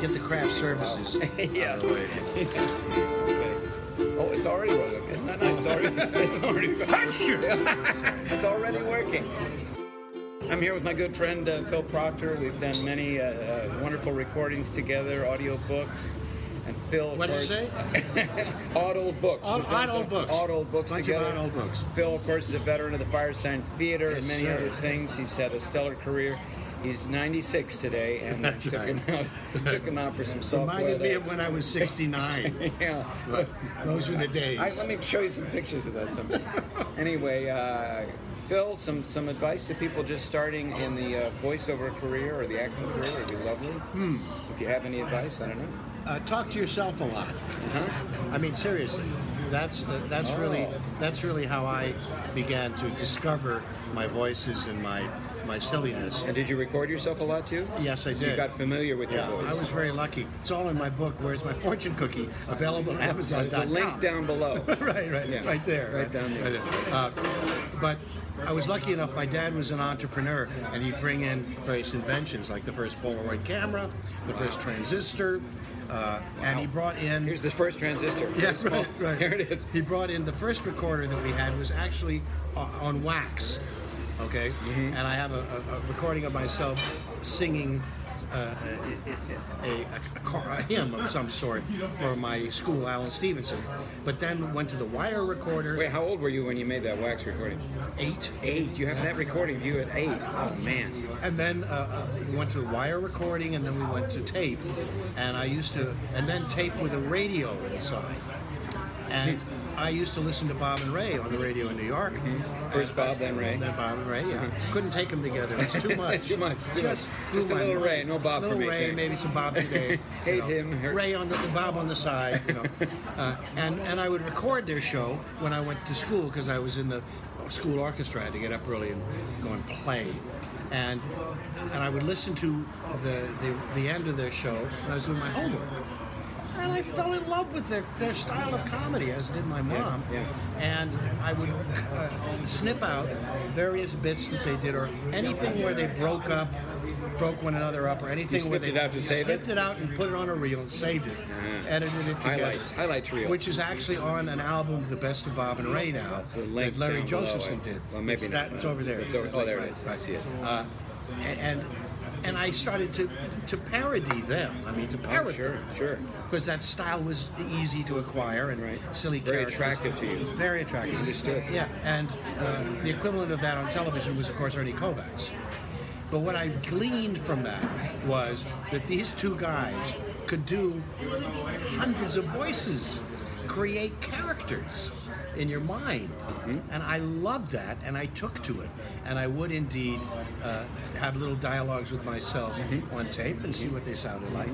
Get the craft services. yeah. okay. Oh, it's already rolling. It's not nice. Sorry. it's already. it's already working. I'm here with my good friend uh, Phil Proctor. We've done many uh, uh, wonderful recordings together, audio books, and Phil. of What did you course- say? Auto books. Odd- We've done odd some old books. Odd old books Bunch of together. odd old books. Phil, of course, is a veteran of the Firesign Theater and Yes, many sir. other things. He's had a stellar career. He's 96 today, and I That's took right. him out. took him out for some soft Reminded me of when I was 69. Yeah. But those were the days. I, let me show you some pictures of that sometime. anyway, uh, Phil, some, some advice to people just starting in the uh, voiceover career or the acting career would be lovely. Hmm. If you have any advice, I don't know. Uh, talk to yourself a lot. Uh-huh. I mean, seriously, that's uh, that's Oh. really that's really how I began to discover my voices and my my silliness. And did you record yourself a lot too? Yes, I So You did. got familiar with Yeah, your voice. I was very lucky. It's all in my book. Where's my fortune cookie? Available on Amazon.com. Uh, There's a link down below. right, right, Yeah. right there. Right down there. Uh, but I was lucky enough. My dad was an entrepreneur, and he'd bring in various inventions, like the first Polaroid camera, the first transistor, uh, and he brought in. Here's the first transistor. Yeah, First right, small- right. Here it is. He brought in the first recorder that we had was actually o- on wax, okay. Mm-hmm. And I have a, a, a recording of myself singing uh, a, a, a, a cor- a hymn of some sort for my school, Alan Stevenson. But then went to the wire recorder. Wait, how old were you when you made that wax recording? Eight. Eight. You have that recording of you at eight. Oh man. And then uh, uh, we went to wire recording, and then we went to tape. And I used to, and then tape with a radio inside. And Mm-hmm. I used to listen to Bob and Ray on the radio in New York. First Bob, then Ray. Then Bob and Ray, yeah. Couldn't take them together. It's too much. Too much, too just much. blew Just a my little Ray, mind. no Bob for little me, Ray, thanks. maybe some Bob today. Hate him, her- Ray on the, the Bob on the side. You know. uh, and and I would record their show when I went to school because I was in the school orchestra. I had to get up early and go and play. And and I would listen to the the, the end of their show when I was doing my homework. And I fell in love with their, their style of comedy, as did my mom. yeah. And I would uh, snip out various bits that they did, or anything where they broke up, broke one another up, or anything where snipped they it out to save it? snipped it out and put it on a reel and saved it, edited it together. Highlights- highlights reel. Which is actually on an album, The Best of Bob and Ray now, a link that Larry down below, Josephson I- did. well, maybe it's not, that- it's but over there. it's over- oh, there it Right, is. I right. see it. Uh-huh. Uh, and. and and I started to to parody them. I mean, to Oh, parody. sure, them sure. because that style was easy to acquire and Right. silly Very characters. attractive to you. Very attractive. Understood. Yeah, and uh, the equivalent of that on television was, of course, Ernie Kovacs. But what I gleaned from that was that these two guys could do hundreds of voices, create characters in your mind. Mm-hmm. And I loved that, and I took to it. And I would indeed uh, have little dialogues with myself Mm-hmm. on tape and see what they sounded like.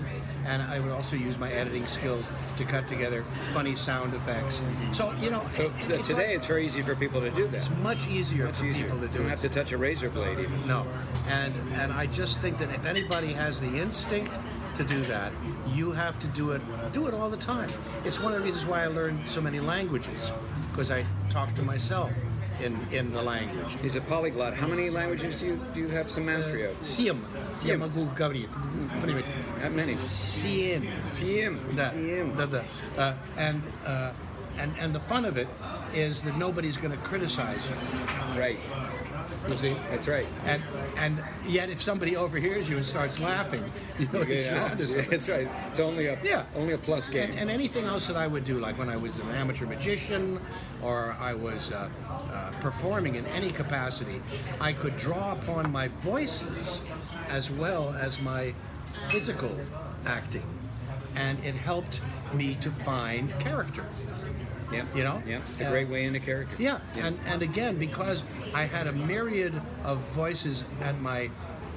And I would also use my editing skills to cut together funny sound effects. So, you know, Mm-hmm. So it- th- it's today like- it's very easy for people to do that. it's much easier Much for easier. people to You do don't it have to touch a razor blade even. no. And and I just think that if anybody has the instinct to do that, you have to do it do it all the time. It's one of the reasons why I learned so many languages because I talk to myself in in the language. He's a polyglot. How many languages do you do you have some mastery of? Сем. Я могу говорить. Понимаете? Not many. Сем. Siem. Да, Siem. да, да. Uh, and uh, and and the fun of it is that nobody's going to criticize you. Right. You see? That's right. And and yet, if somebody overhears you and starts laughing, you know you're Yeah, on to something. that's right. It's only a Yeah. only a plus game. And, and anything else that I would do, like when I was an amateur magician or I was uh, uh, performing in any capacity, I could draw upon my voices as well as my physical acting. And it helped me to find character. Yep. you know? Yep. It's a Uh, great way into character. Yeah, and, and again, because I had a myriad of voices at my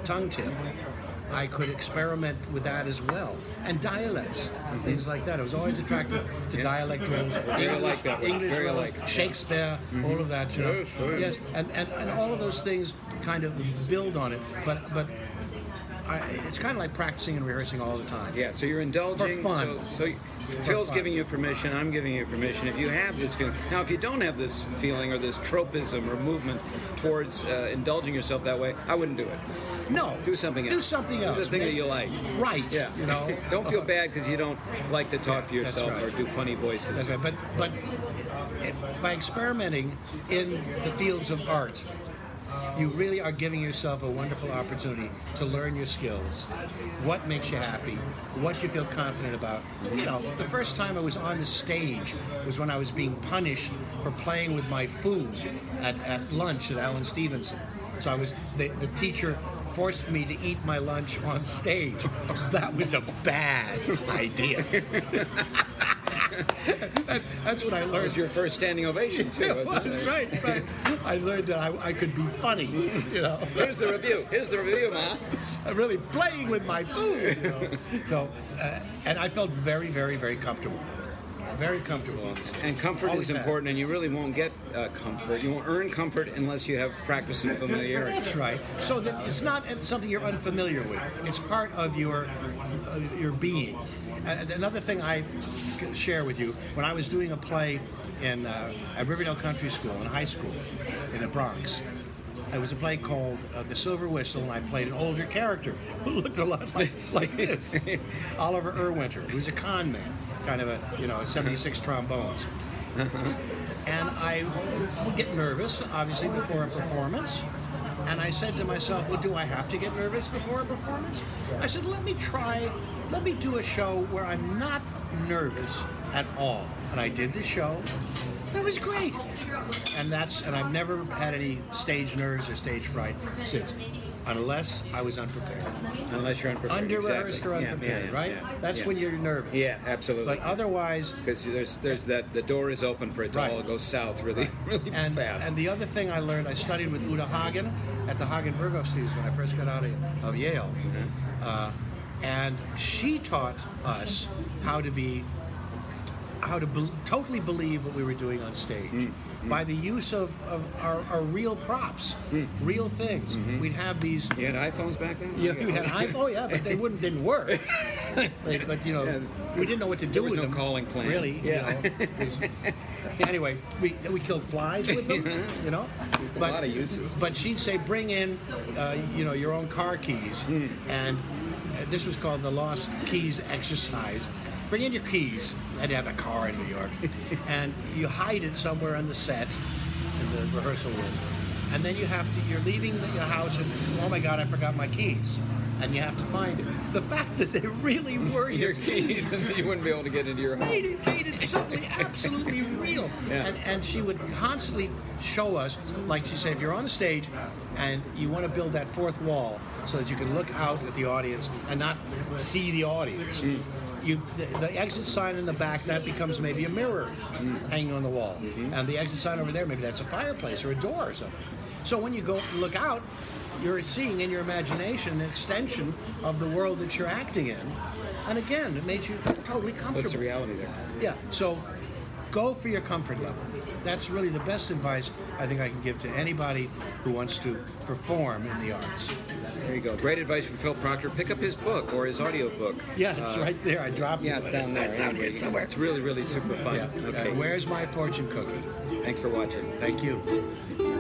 tongue tip, I could experiment with that as well. And dialects, things like that. I was always attracted to dialect roles, English, alike that word. English Very roles, alike. Shakespeare, all of that, you know. Yes, yes. and, and, and all of those things kind of build on it. But but I, it's kind of like practicing and rehearsing all the time. Yeah, so you're indulging. For fun. So, so you- Phil's fun. giving you permission. I'm giving you permission. If you have this feeling, now if you don't have this feeling or this tropism or movement towards uh, indulging yourself that way, I wouldn't do it. No, Do something else. Do something else. Do the thing that Make- you like. Right. Yeah. You know. don't feel bad because you don't like to talk to Yeah, that's yourself right. or do funny voices. That's right. But but it, by experimenting in the fields of art, you really are giving yourself a wonderful opportunity to learn your skills, what makes you happy, what you feel confident about. You know, the first time I was on the stage was when I was being punished for playing with my food at, at lunch at Alan Stevenson. So I was the, the teacher forced me to eat my lunch on stage. That was a bad idea. that's, that's what I That learned was your first standing ovation too. it wasn't was, it? right, right. I learned that I, I could be funny, you know. Here's the review. Here's the review, ma. I'm really playing with my food. You know? So, uh, and I felt very, very, very comfortable. Very comfortable on this. And comfort Always is have. important, and you really won't get uh, comfort. You won't earn comfort unless you have practice and familiarity. That's right. So that it's not something you're unfamiliar with. It's part of your uh, your being. Uh, another thing I c- share with you: when I was doing a play in uh, at Riverdale Country School in high school in the Bronx, it was a play called uh, The Silver Whistle, and I played an older character who looked a lot like, like this, Oliver Erwinter, who's a con man, kind of a you know 76 trombones and I would get nervous, obviously, before a performance. And I said to myself, "Well, do I have to get nervous before a performance?" I said, "Let me try. Let me do a show where I'm not nervous at all." And I did the show. It was great. And that's and I've never had any stage nerves or stage fright since, unless I was unprepared, Unless you're unprepared. under rehearsed exactly. or Yeah, unprepared. yeah, right? yeah, that's yeah. when you're nervous. Yeah, absolutely. But otherwise, because there's there's that the door is open for it to Right. all go south really really And, fast. and the other thing I learned, I studied with Uta Hagen at the Hagen Burgos-Studios when I first got out of, of Yale. Uh, and she taught us how to be, how to bel totally believe what we were doing on stage by the use of, of our, our real props, real things. We'd have these. you had iPhones back then. Yeah, we had iPhone, oh yeah, but they wouldn't didn't work. Like, but you know, Yeah, it's- we didn't know what to do there was with no them. calling plan. Really? you Yeah. know, it was- anyway, we we killed flies with them. You know, A lot of uses. But she'd say, bring in, uh, you know, your own car keys, and uh, this was called the lost keys exercise. Bring in your keys. I had to have a car in New York, and you hide it somewhere on the set, in the rehearsal room, and then you have to. You're leaving the, your house, and oh my God, I forgot my keys, and you have to find it. The fact that they really were your keys, and you wouldn't be able to get into your home. made it made it suddenly absolutely real. Yeah. And and she would constantly show us, like she said, if you're on the stage and you want to build that fourth wall so that you can look out at the audience and not see the audience. You, the, the exit sign in the back that becomes maybe a mirror hanging on the wall, and the exit sign over there maybe that's a fireplace or a door or something. So when you go look out, you're seeing in your imagination an extension of the world that you're acting in, and again it makes you totally comfortable. What's the reality there? Yeah. So go for your comfort level. That's really the best advice I think I can give to anybody who wants to perform in the arts. There you go. Great advice from Phil Proctor. Pick up his book or his audio book. Yeah, it's right there. I dropped Uh, Yeah, it. it's down there. It's down here It's- somewhere. It's really, really super fun. Yeah. Okay. Uh, where's my fortune cookie? Thanks for watching. Thank you.